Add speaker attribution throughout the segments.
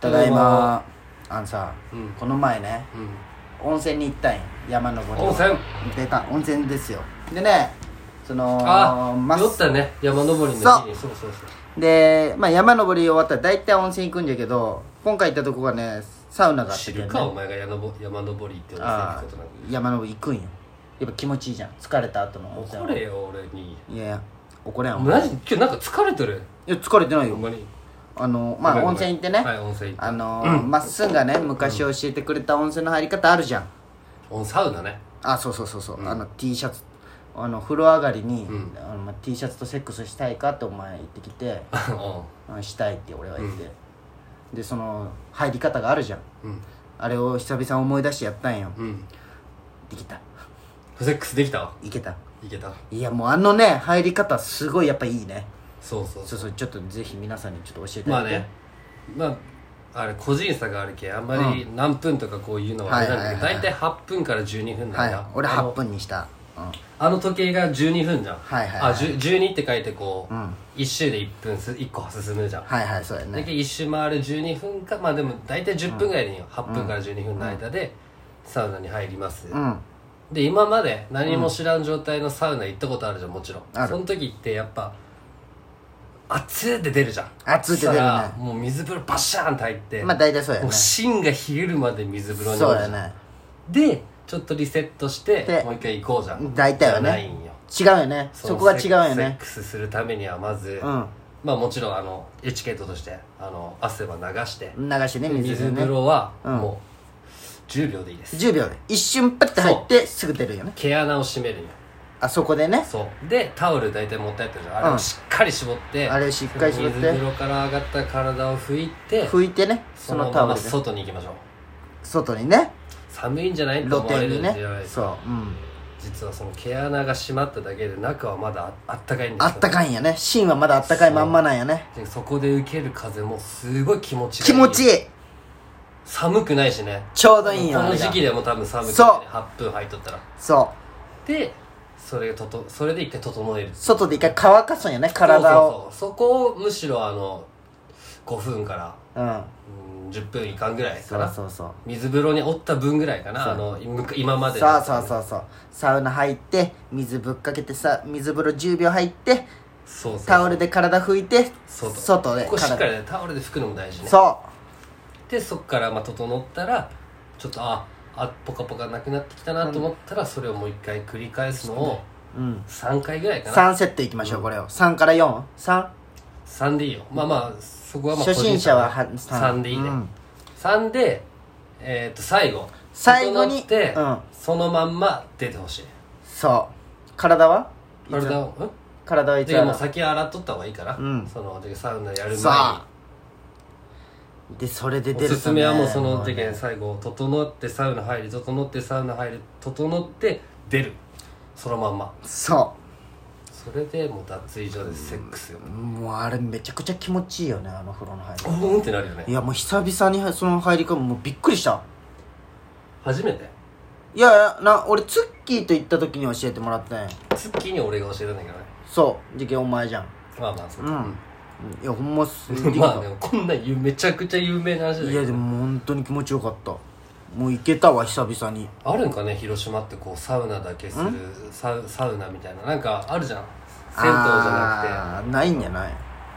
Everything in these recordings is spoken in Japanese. Speaker 1: ただい
Speaker 2: ただい
Speaker 1: ま
Speaker 2: ま
Speaker 1: あのさ
Speaker 2: うん
Speaker 1: この前ね温泉に行ったんよ山登り
Speaker 2: 温泉
Speaker 1: 出た温泉ですよでねその
Speaker 2: あ
Speaker 1: ま
Speaker 2: 酔ったね山登りの日にそうそうそう
Speaker 1: で、まあ、山登り終わったら大体温泉行くんだけど今回行ったとこがねサウナがあって
Speaker 2: 知るかお前が山登山登りって温泉
Speaker 1: あ
Speaker 2: 行
Speaker 1: あ
Speaker 2: くことなんて
Speaker 1: 山登り行くんよやっぱ気持ちいいじゃん疲れた後の温泉
Speaker 2: 怒れよ俺に
Speaker 1: いやいや怒れんお前
Speaker 2: マジ今日なんか疲れてる
Speaker 1: いや疲れてない
Speaker 2: ほ
Speaker 1: よ
Speaker 2: んまに
Speaker 1: あのまあ温泉行ってね、
Speaker 2: はい温泉行っ
Speaker 1: あのーまっすんがね昔教えてくれた温泉の入り方あるじゃん
Speaker 2: た温サウナね
Speaker 1: あそうそうそうそう、あの T シャツあの風呂上がりに、
Speaker 2: うん
Speaker 1: あのまあ、T シャツとセックスしたいかってお前言ってきて
Speaker 2: う
Speaker 1: あしたいって俺は言って、でその入り方があるじゃん
Speaker 2: んうん
Speaker 1: あれを久々思い出してやったんよ
Speaker 2: うん
Speaker 1: できた
Speaker 2: セックスできた
Speaker 1: いけた
Speaker 2: いけた
Speaker 1: いやもうあのね入り方すごいやっぱいいね
Speaker 2: そうそう
Speaker 1: そうそうちょっとぜひ皆さんにちょっと教えて
Speaker 2: まあ
Speaker 1: い
Speaker 2: ねまああれ個人差があるけんあんまり何分とかこういうのはあれなんだけど
Speaker 1: はいはい
Speaker 2: 大体8分から12分な
Speaker 1: は
Speaker 2: ん
Speaker 1: い
Speaker 2: だ
Speaker 1: 俺
Speaker 2: あ
Speaker 1: 8
Speaker 2: の
Speaker 1: 分にしたうん
Speaker 2: あの時計が12分じゃん
Speaker 1: はいはいはい
Speaker 2: あじゅ12って書いてこう
Speaker 1: うん
Speaker 2: 1周で1分す1個進むじゃん
Speaker 1: はいはいそうや
Speaker 2: だけ
Speaker 1: ね
Speaker 2: ど1周回る12分かまあでも大体10分ぐらいでいいよ8分から12分の間でサウナに入ります
Speaker 1: うん
Speaker 2: で今まで何も知らん状態のサウナ行ったことあるじゃんもちろ
Speaker 1: ある
Speaker 2: んその時ってやっぱ熱って出るじゃん
Speaker 1: 熱って出るね
Speaker 2: そしたらもう水風呂バシャーンって入って
Speaker 1: まあ大体そうや
Speaker 2: も
Speaker 1: ね
Speaker 2: う芯が冷えるまで水風呂に
Speaker 1: そう
Speaker 2: 入る
Speaker 1: や
Speaker 2: じゃん
Speaker 1: ね
Speaker 2: でちょっとリセットして
Speaker 1: で
Speaker 2: もう一回行こうじゃん
Speaker 1: 大体はね
Speaker 2: じゃないんよ
Speaker 1: 違うよねそこが違うよ
Speaker 2: セッ
Speaker 1: ね
Speaker 2: クスするためにはまず、
Speaker 1: うん
Speaker 2: まあもちろんあのエチケットとしてあの汗は流して、
Speaker 1: 流してね水
Speaker 2: 水
Speaker 1: で
Speaker 2: 風
Speaker 1: ね
Speaker 2: 呂は
Speaker 1: うん
Speaker 2: もう10秒でいいです、
Speaker 1: 10秒で一瞬パッて入ってすぐ出るよね
Speaker 2: 毛穴を閉めるんよ
Speaker 1: あそこでね
Speaker 2: そうでタオル大体持ってやってるじゃんあれ
Speaker 1: うん
Speaker 2: をしっかり絞って、
Speaker 1: あれしっかり絞って
Speaker 2: 水風呂から上がった体を拭いて
Speaker 1: 拭いてねそ
Speaker 2: そ
Speaker 1: の
Speaker 2: の
Speaker 1: タ
Speaker 2: ま
Speaker 1: オ
Speaker 2: ま
Speaker 1: ルで
Speaker 2: 外に行きましょう
Speaker 1: 外にね
Speaker 2: 寒いんじゃないと
Speaker 1: 露
Speaker 2: 思われ
Speaker 1: 店
Speaker 2: る
Speaker 1: に
Speaker 2: ん
Speaker 1: ね
Speaker 2: じゃないですか
Speaker 1: そううん
Speaker 2: 実はその毛穴が閉まっただけで中はまだああったかいんです
Speaker 1: あった
Speaker 2: い
Speaker 1: かいんやね芯はまだあったかいまんまなんやね
Speaker 2: でそこで受ける風もすごい気持ちがいい
Speaker 1: 気持ちいい
Speaker 2: 寒くないしね
Speaker 1: ちょうどいいんよ
Speaker 2: こ
Speaker 1: あ
Speaker 2: の
Speaker 1: れが
Speaker 2: 時期でも多分寒くない、ね、
Speaker 1: そう
Speaker 2: 8分入っとったら
Speaker 1: そう
Speaker 2: でそれがととそれで一回整える
Speaker 1: 外で一回乾かすんやね体を
Speaker 2: そうそうそうそこをむしろあの5分から、
Speaker 1: うん
Speaker 2: うん、10分いかんぐらいか
Speaker 1: そう
Speaker 2: な
Speaker 1: そうそう
Speaker 2: 水風呂におった分ぐらい
Speaker 1: そ
Speaker 2: か
Speaker 1: う
Speaker 2: なあのむ今まで
Speaker 1: そ
Speaker 2: の
Speaker 1: うそうそうそうサウナ入って水ぶっかけてさ水風呂10秒入って
Speaker 2: そうそう
Speaker 1: タオルで体拭いて
Speaker 2: 外
Speaker 1: 外で
Speaker 2: ここしっかり
Speaker 1: 体
Speaker 2: ねタオルで拭くのも大事ね
Speaker 1: そ
Speaker 2: でそこからまあ整ったらちょっとああポカポカなくなってきたなと思ったらそれをもう一回繰り返すのを
Speaker 1: ううん
Speaker 2: 3回ぐらいかな
Speaker 1: 3セットいきましょうこれを3から 43?
Speaker 2: 3でいいよまあまあそこはまあ
Speaker 1: 初心者はは
Speaker 2: 3でいいね、
Speaker 1: うん
Speaker 2: 3でえっ、と最後
Speaker 1: 最後に
Speaker 2: 整って、
Speaker 1: うん
Speaker 2: そのまんま出てほしい
Speaker 1: そう体は
Speaker 2: 体をん
Speaker 1: 体はいつ
Speaker 2: じゃ
Speaker 1: や
Speaker 2: あもう
Speaker 1: る
Speaker 2: 先洗っとった方がいいから、
Speaker 1: うん
Speaker 2: そのでサウナやる
Speaker 1: さ
Speaker 2: 前
Speaker 1: でそれで
Speaker 2: にお
Speaker 1: 出るとね
Speaker 2: すすめはもうその
Speaker 1: もう
Speaker 2: 時
Speaker 1: ね
Speaker 2: に最後整ってサウナ入る整ってサウナ入る整って出るそのまんま
Speaker 1: そ
Speaker 2: それでもう脱衣所でセックスよ
Speaker 1: うもうあれめちゃくちゃ気持ちいいよねあの風呂の入
Speaker 2: う
Speaker 1: り
Speaker 2: んってなるよ
Speaker 1: い
Speaker 2: ね
Speaker 1: やもう久々にその入り込むもうびっくりした
Speaker 2: 初めて
Speaker 1: いやいやな俺ツッキーと行った時に教えてもらったんや
Speaker 2: ツッキーに俺が教えたんだけどね
Speaker 1: そうじゃけお前じゃん
Speaker 2: まあまあそう
Speaker 1: う
Speaker 2: か、
Speaker 1: んいやほん ます
Speaker 2: うんまあねこんな有めちゃくちゃ有名な話だけど
Speaker 1: いやでも本当に気持ちよかったもう行けたわ久々に
Speaker 2: あるんかね広島ってこうサウナだけするサウサウナみたいななんかあるじゃん銭湯じ
Speaker 1: な
Speaker 2: ゃ
Speaker 1: くてないんじゃない
Speaker 2: な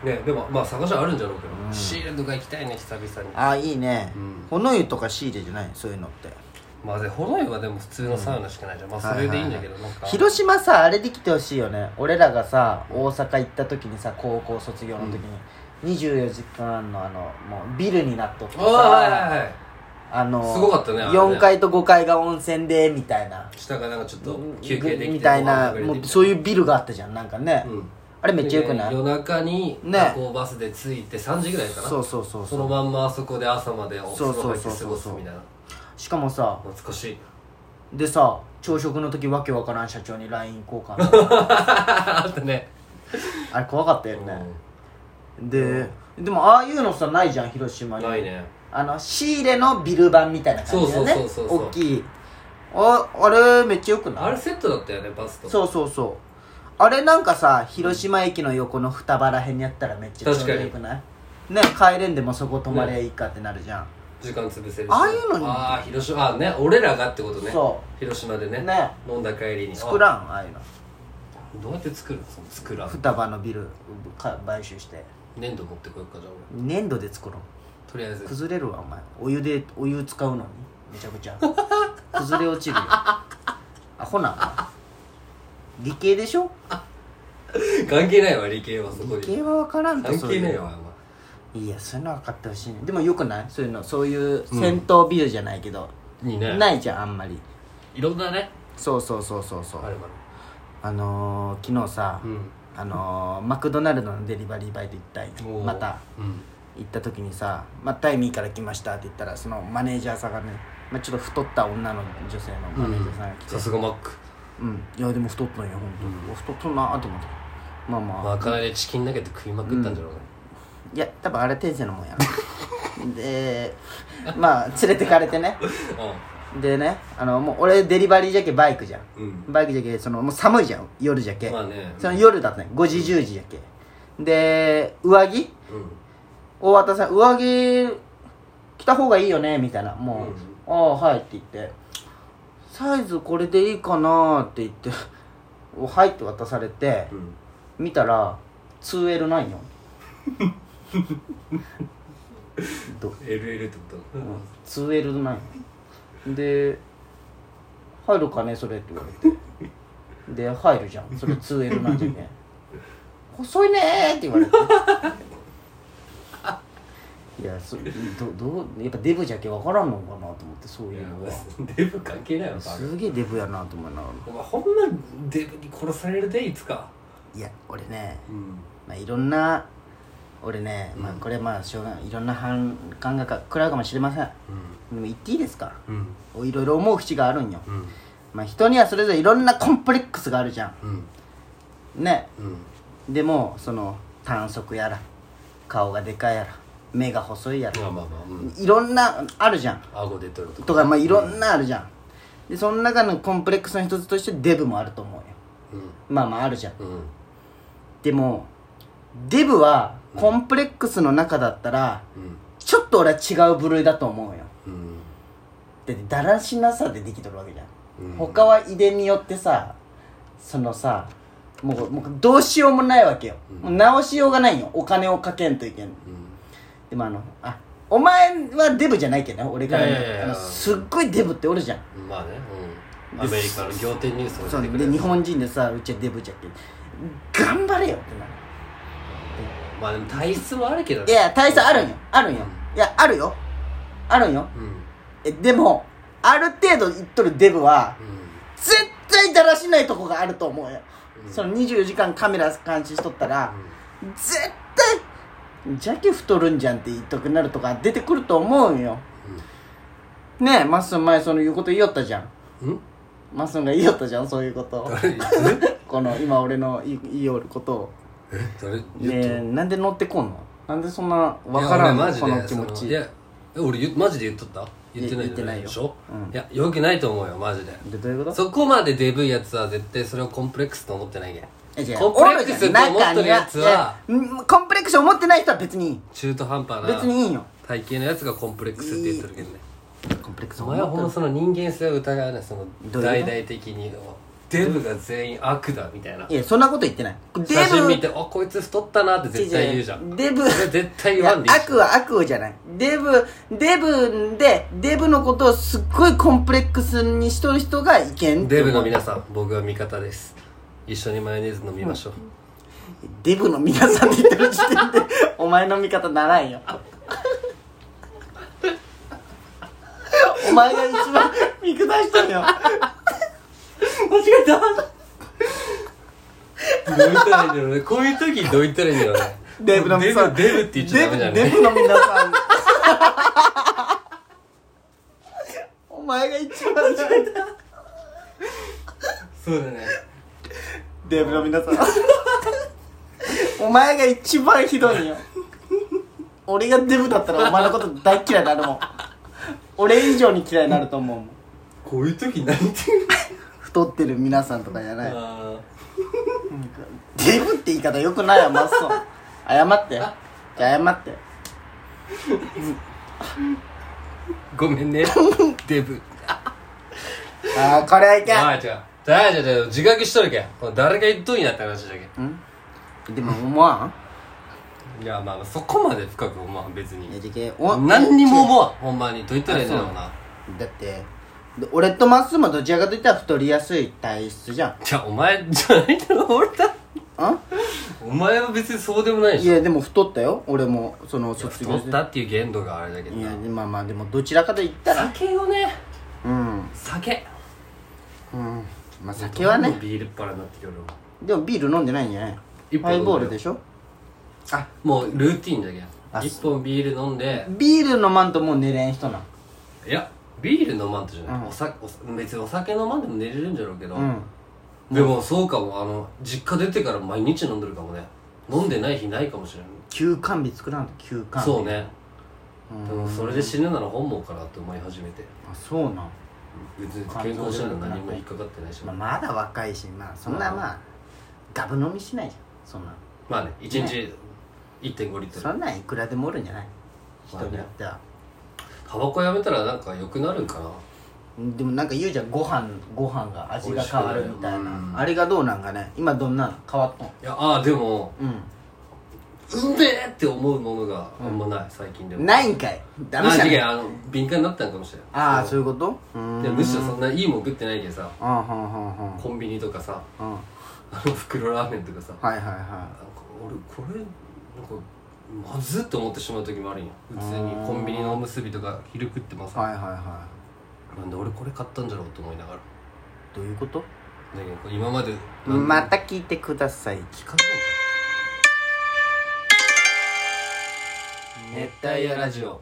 Speaker 2: くてねでもまあ探しはあるんじゃろうけど、シールドが行きたいね久々に
Speaker 1: ああいいね、
Speaker 2: うん
Speaker 1: ほの湯とかシーレじゃないそういうのって
Speaker 2: まあでほろいはでも普通のサウナしかないじゃん、まあそれでいいんだけど、なんか
Speaker 1: 広島さあれできてほしいよね俺らがさ大阪行った時にさ高校卒業の時に、24時間のあのもうビルになっとって
Speaker 2: ああはいは
Speaker 1: さ
Speaker 2: いはい
Speaker 1: あの
Speaker 2: すごかったねあれね
Speaker 1: 4階と5階が温泉でみたいな
Speaker 2: 下がなんかちょっと休憩できて
Speaker 1: みたいな
Speaker 2: ご飯食べれてみた
Speaker 1: もうそう
Speaker 2: う
Speaker 1: いうビルがあったじゃんなんかね、
Speaker 2: ん
Speaker 1: あれめっちゃよくない、
Speaker 2: で夜中に
Speaker 1: ね
Speaker 2: 夜行バスで着いて3時ぐらいかな
Speaker 1: そうそうそう
Speaker 2: そ
Speaker 1: そ
Speaker 2: の
Speaker 1: う
Speaker 2: まんまあそこで朝までお風呂入って
Speaker 1: そうそうそ
Speaker 2: 過
Speaker 1: うそう
Speaker 2: ごすみたいな
Speaker 1: しかもさ
Speaker 2: 懐かしい
Speaker 1: でさ朝食の時わけわからん社長に LINE 交 換
Speaker 2: あったね
Speaker 1: あれ怖かったよね、ででもああいうのさないじゃん広島
Speaker 2: うん
Speaker 1: に
Speaker 2: ないね
Speaker 1: あの仕入れのビル版みたいな感じだ
Speaker 2: そ
Speaker 1: ね
Speaker 2: うそうそうそうそう
Speaker 1: 大きいああれめっちゃよく
Speaker 2: あ
Speaker 1: な
Speaker 2: れ
Speaker 1: い
Speaker 2: セットだったよねバスと
Speaker 1: そうそうそうあれなんかさ広島駅の横の双葉らへんにやったらめっちゃちょうどよくないね帰れんでもそこ泊まりゃいいかってなるじゃん、
Speaker 2: 時間潰せるし
Speaker 1: ああいうのに
Speaker 2: ああ広島あね俺らがってことね
Speaker 1: そ
Speaker 2: 広島でね
Speaker 1: ね
Speaker 2: 飲んだ帰りに
Speaker 1: 作らんああいうの
Speaker 2: あどうやって作るのその作らん
Speaker 1: 双葉のビルか買収して
Speaker 2: 粘土持ってこようかじゃあ
Speaker 1: 粘土で作ろう
Speaker 2: 俺とりあえず
Speaker 1: 崩れるわお前お湯でお湯使うのにめちゃく ちゃ崩れ落ちるよアホなお前理系でしょ
Speaker 2: 関係ないわ理系はそ
Speaker 1: 理
Speaker 2: こに
Speaker 1: 系は分からんと
Speaker 2: 関
Speaker 1: そうい
Speaker 2: 係
Speaker 1: う
Speaker 2: ない
Speaker 1: の
Speaker 2: わお前
Speaker 1: いやそういうの分かってほしいねでもよくないそういうのそういう戦闘ビルじゃないけど、
Speaker 2: いいね
Speaker 1: ないじゃんあんまり
Speaker 2: いろんなね
Speaker 1: そうそうそうそうそう
Speaker 2: あるわ
Speaker 1: あのー、昨日さ、
Speaker 2: うん
Speaker 1: あのー、マクドナルドのデリバリーバイト行ったんよ
Speaker 2: おー
Speaker 1: また
Speaker 2: うん
Speaker 1: 行った時にさ「まあ、タイミーから来ました」って言ったらそのマネージャーさんがね、まあ、ちょっと太った女の女性のマネージャーさんが来て
Speaker 2: さすがマック
Speaker 1: 「うん、いやでも太ったんや本当、
Speaker 2: うん
Speaker 1: お太ったな」と思ってまあまあ、
Speaker 2: まかないでチキンだけで食いまくったんじゃろうか
Speaker 1: いや多分あれ天性のもんやなでまあ連れてかれてねでねあのもう俺デリバリーじゃけバイクじゃん
Speaker 2: うんうん
Speaker 1: バイクじゃけそのもう寒いじゃん夜じゃけ、
Speaker 2: まあね
Speaker 1: その夜だったね5時10時じゃけで上着
Speaker 2: うん
Speaker 1: 大和田さん上着着た方がいいよねみたいなもう「ああはい」って言って「サイズこれでいいかな」って言って 「おはい」って渡されて
Speaker 2: うん
Speaker 1: 見たら 2L ないよどう
Speaker 2: LL ってこ
Speaker 1: う
Speaker 2: と
Speaker 1: ん 2L ないので「入るかねそれ」って言われてで「入るじゃんそれ 2L なんじゃね細いねー」って言われていやそどどうやっぱデブじゃけ分からんのかなと思ってそう
Speaker 2: い
Speaker 1: いう
Speaker 2: や
Speaker 1: のは
Speaker 2: デブ関係ないわバカ
Speaker 1: すげえデブやなと思いながら
Speaker 2: お前ほんまデブに殺されるでいつか
Speaker 1: いや俺ね、
Speaker 2: うん
Speaker 1: まあ、いろんな俺ね、まあ、
Speaker 2: うん
Speaker 1: これまあしょうがないいろんな反感が食らうかもしれませんでも言っていいですか
Speaker 2: うん
Speaker 1: いろいろ思う節があるんよ
Speaker 2: うん
Speaker 1: まあ、人にはそれぞれいろんなコンプレックスがあるじゃ
Speaker 2: うん
Speaker 1: んね
Speaker 2: うん
Speaker 1: でもその短足やら顔がでかいやら目が細いやら
Speaker 2: まあまあまあうん
Speaker 1: いろんなあるじゃん
Speaker 2: 顎出とるとか
Speaker 1: とかまあいろんなあるじゃんでその中のコンプレックスの一つとしてデブもあると思うよ
Speaker 2: う
Speaker 1: まあまああるじゃん
Speaker 2: んうん
Speaker 1: でもデブはコンプレックスの中だったら
Speaker 2: うん
Speaker 1: ちょっと俺は違う部類だと思うよ
Speaker 2: うん
Speaker 1: だってだらしなさでできとるわけじゃん
Speaker 2: うん
Speaker 1: 他は遺伝によってさそのさもうもうどうしようもないわけよ、もう直しようがないよお金をかけんといけん
Speaker 2: うん
Speaker 1: でもあのあお前はデブじゃないけどね俺から見て
Speaker 2: いやいやいや
Speaker 1: あのすっごいデブっておるじゃん
Speaker 2: まあねうんアメリカの仰天ニュース
Speaker 1: そ
Speaker 2: を
Speaker 1: うで日本人でさうちはデブじゃっけ頑張れよってなる
Speaker 2: まあでも体質もあるけど
Speaker 1: いやいや大差あるんよあるんよいやあるよあるんよ
Speaker 2: うんうん
Speaker 1: えでもある程度言っとるデブは絶対だらしないとこがあると思うよ、
Speaker 2: うん
Speaker 1: その24時間カメラ監視しとったら、
Speaker 2: う
Speaker 1: 絶対ジャケ太るんじゃんって言いたくなるとか出てくると思うんよねえマッスン前その言うこと言いよったじゃん
Speaker 2: んうん
Speaker 1: マッスンが言いよったじゃんそういうことを
Speaker 2: 誰
Speaker 1: この今俺の言い言いよることを
Speaker 2: 誰
Speaker 1: ねえなんで乗ってこんのなんでそんな分
Speaker 2: わ
Speaker 1: からんの
Speaker 2: マジ
Speaker 1: こ
Speaker 2: で
Speaker 1: の気持
Speaker 2: そ
Speaker 1: ち
Speaker 2: のいやえ俺言うマジで言っとった言ってない
Speaker 1: 言ってないよ
Speaker 2: でしょ、
Speaker 1: うん
Speaker 2: いやよくないと思うよマジで
Speaker 1: でどういうこと
Speaker 2: そこまでデブいやつは絶対それをコンプレックスと思ってないけん
Speaker 1: え違う
Speaker 2: コンプレックスと思ってるやつは
Speaker 1: 中にうんコンプレックス思ってない人は別にいい
Speaker 2: 中途半端な
Speaker 1: 別にいいよ
Speaker 2: 体型のやつがコンプレックスって言っとるけどね
Speaker 1: コンプレックス
Speaker 2: お
Speaker 1: 思
Speaker 2: 前はほんま
Speaker 1: って
Speaker 2: その人間性を疑うねその
Speaker 1: どういう
Speaker 2: 大
Speaker 1: こと
Speaker 2: 々的にデブが全員悪だみたい
Speaker 1: る
Speaker 2: な
Speaker 1: いやそんなこと言ってないデ
Speaker 2: 写真見てあこいつ太ったなって
Speaker 1: 違う違う
Speaker 2: 絶対言うじゃん
Speaker 1: デブ
Speaker 2: それ絶対言わんでいい
Speaker 1: いや悪は悪をじゃないデブデブでデブのことをすっごいコンプレックスにしとる人がいけん
Speaker 2: デブの
Speaker 1: 皆
Speaker 2: 皆さん僕は味方です一緒にマヨネーズ飲みましょう、
Speaker 1: デブの皆さんって言ってる時点で お前の味方ならん よお前が一番見下したのよ
Speaker 2: 間違えたどう言ったらいいんだろうねこういう時どう言ったらいいんだろうね
Speaker 1: デブの皆さん
Speaker 2: デブデブって言っちゃダメじ
Speaker 1: デ
Speaker 2: ゃ
Speaker 1: ブ
Speaker 2: ね
Speaker 1: デブの皆さんお前が一番
Speaker 2: そうだね
Speaker 1: デブの皆さんお前が一番ひどいんよ俺がデブだったらお前のこと大嫌いになるもん俺以上に嫌いになると思うもん
Speaker 2: こういう時何言ってんの
Speaker 1: 太ってる皆さんとかじゃない
Speaker 2: あ
Speaker 1: デブって言い方よくないよマッソン謝ってじゃあ謝って
Speaker 2: ご めんねデブ
Speaker 1: ああこれはいけ
Speaker 2: ああ違うじゃあじゃあじゃあ自覚しとるけんこれ誰が言っとんやって話だけ
Speaker 1: んでも思わ
Speaker 2: んいやまあそこまで深く思わん別
Speaker 1: んいや
Speaker 2: に
Speaker 1: じゃけお
Speaker 2: 何にも思わんほんまにどう言ったらいいんだろうな
Speaker 1: だってで俺とまっすーもどちらかといったら太りやすい体質じゃん
Speaker 2: じゃあお前じゃないだろ俺だ
Speaker 1: あ
Speaker 2: お前は別にそうでもないで
Speaker 1: い
Speaker 2: しょ
Speaker 1: やでも太ったよ俺もその卒
Speaker 2: 太
Speaker 1: 業
Speaker 2: っ
Speaker 1: して
Speaker 2: たっていう限度があれだけど
Speaker 1: いやまあまあでもどちらかといったら
Speaker 2: 酒をね
Speaker 1: うん
Speaker 2: 酒
Speaker 1: うんまあ酒はね
Speaker 2: ビールっ腹になってきよるわ
Speaker 1: でもビール飲んでないんじゃない
Speaker 2: 一
Speaker 1: ハ
Speaker 2: 本飲んだよ
Speaker 1: イボールでしょあ
Speaker 2: もうルーティンだけ
Speaker 1: あ
Speaker 2: ん一本ビール飲んで
Speaker 1: ビール飲まんともう寝れん人なん
Speaker 2: いやビール飲まんとじゃない、
Speaker 1: うん
Speaker 2: おさお別にお酒飲まんでも寝れるんじゃろうけど、
Speaker 1: うん
Speaker 2: でもそうかもあの実家出てから毎日飲んでるかもね飲んでない日ないかもしれない
Speaker 1: 休館日作らんと休館日
Speaker 2: そうね
Speaker 1: うん
Speaker 2: でもそれで死ぬなら本望かなって思い始めて
Speaker 1: あそうなん、
Speaker 2: 別に健康診断何も引っかかってないし
Speaker 1: まあ、
Speaker 2: ま
Speaker 1: まだ若いしまあそんな
Speaker 2: うん
Speaker 1: まあガブ飲みしないじゃんそんな
Speaker 2: あね1日1.5リット
Speaker 1: そ
Speaker 2: ル
Speaker 1: んなんいくらでもおるんじゃない人
Speaker 2: まあね
Speaker 1: によっては、
Speaker 2: タバコやめたらなんか良くなるんかな
Speaker 1: でもなんか言うじゃんご飯ご飯が味が変わるみたい
Speaker 2: 美味しくな
Speaker 1: な、
Speaker 2: るうん
Speaker 1: あれがどうなんかね今どんなの変わったの
Speaker 2: いやああでも
Speaker 1: う
Speaker 2: うんめえって思うものがあんまない最近でも
Speaker 1: んないんかいダメ
Speaker 2: あ
Speaker 1: じゃ
Speaker 2: 違うんあの敏感になったんかもしれない
Speaker 1: ああそういうことう
Speaker 2: で
Speaker 1: ーん
Speaker 2: むしろそんないいもん食ってないけどさ
Speaker 1: あはんはんはん
Speaker 2: コンビニとかさ
Speaker 1: うんはい
Speaker 2: あの袋ラーメンとかさ
Speaker 1: はい
Speaker 2: なん
Speaker 1: は
Speaker 2: か俺これなんかまずっと思ってしまう時もあるんや普通にコンビニのおむすびとか昼食っても
Speaker 1: い
Speaker 2: さ
Speaker 1: はいはいは
Speaker 2: なんで俺これ買ったんじゃろうと思いながらだ
Speaker 1: いどういうこと
Speaker 2: けどこれ今までなん
Speaker 1: また聞いてください
Speaker 2: 聞かないんか熱帯夜ラジオ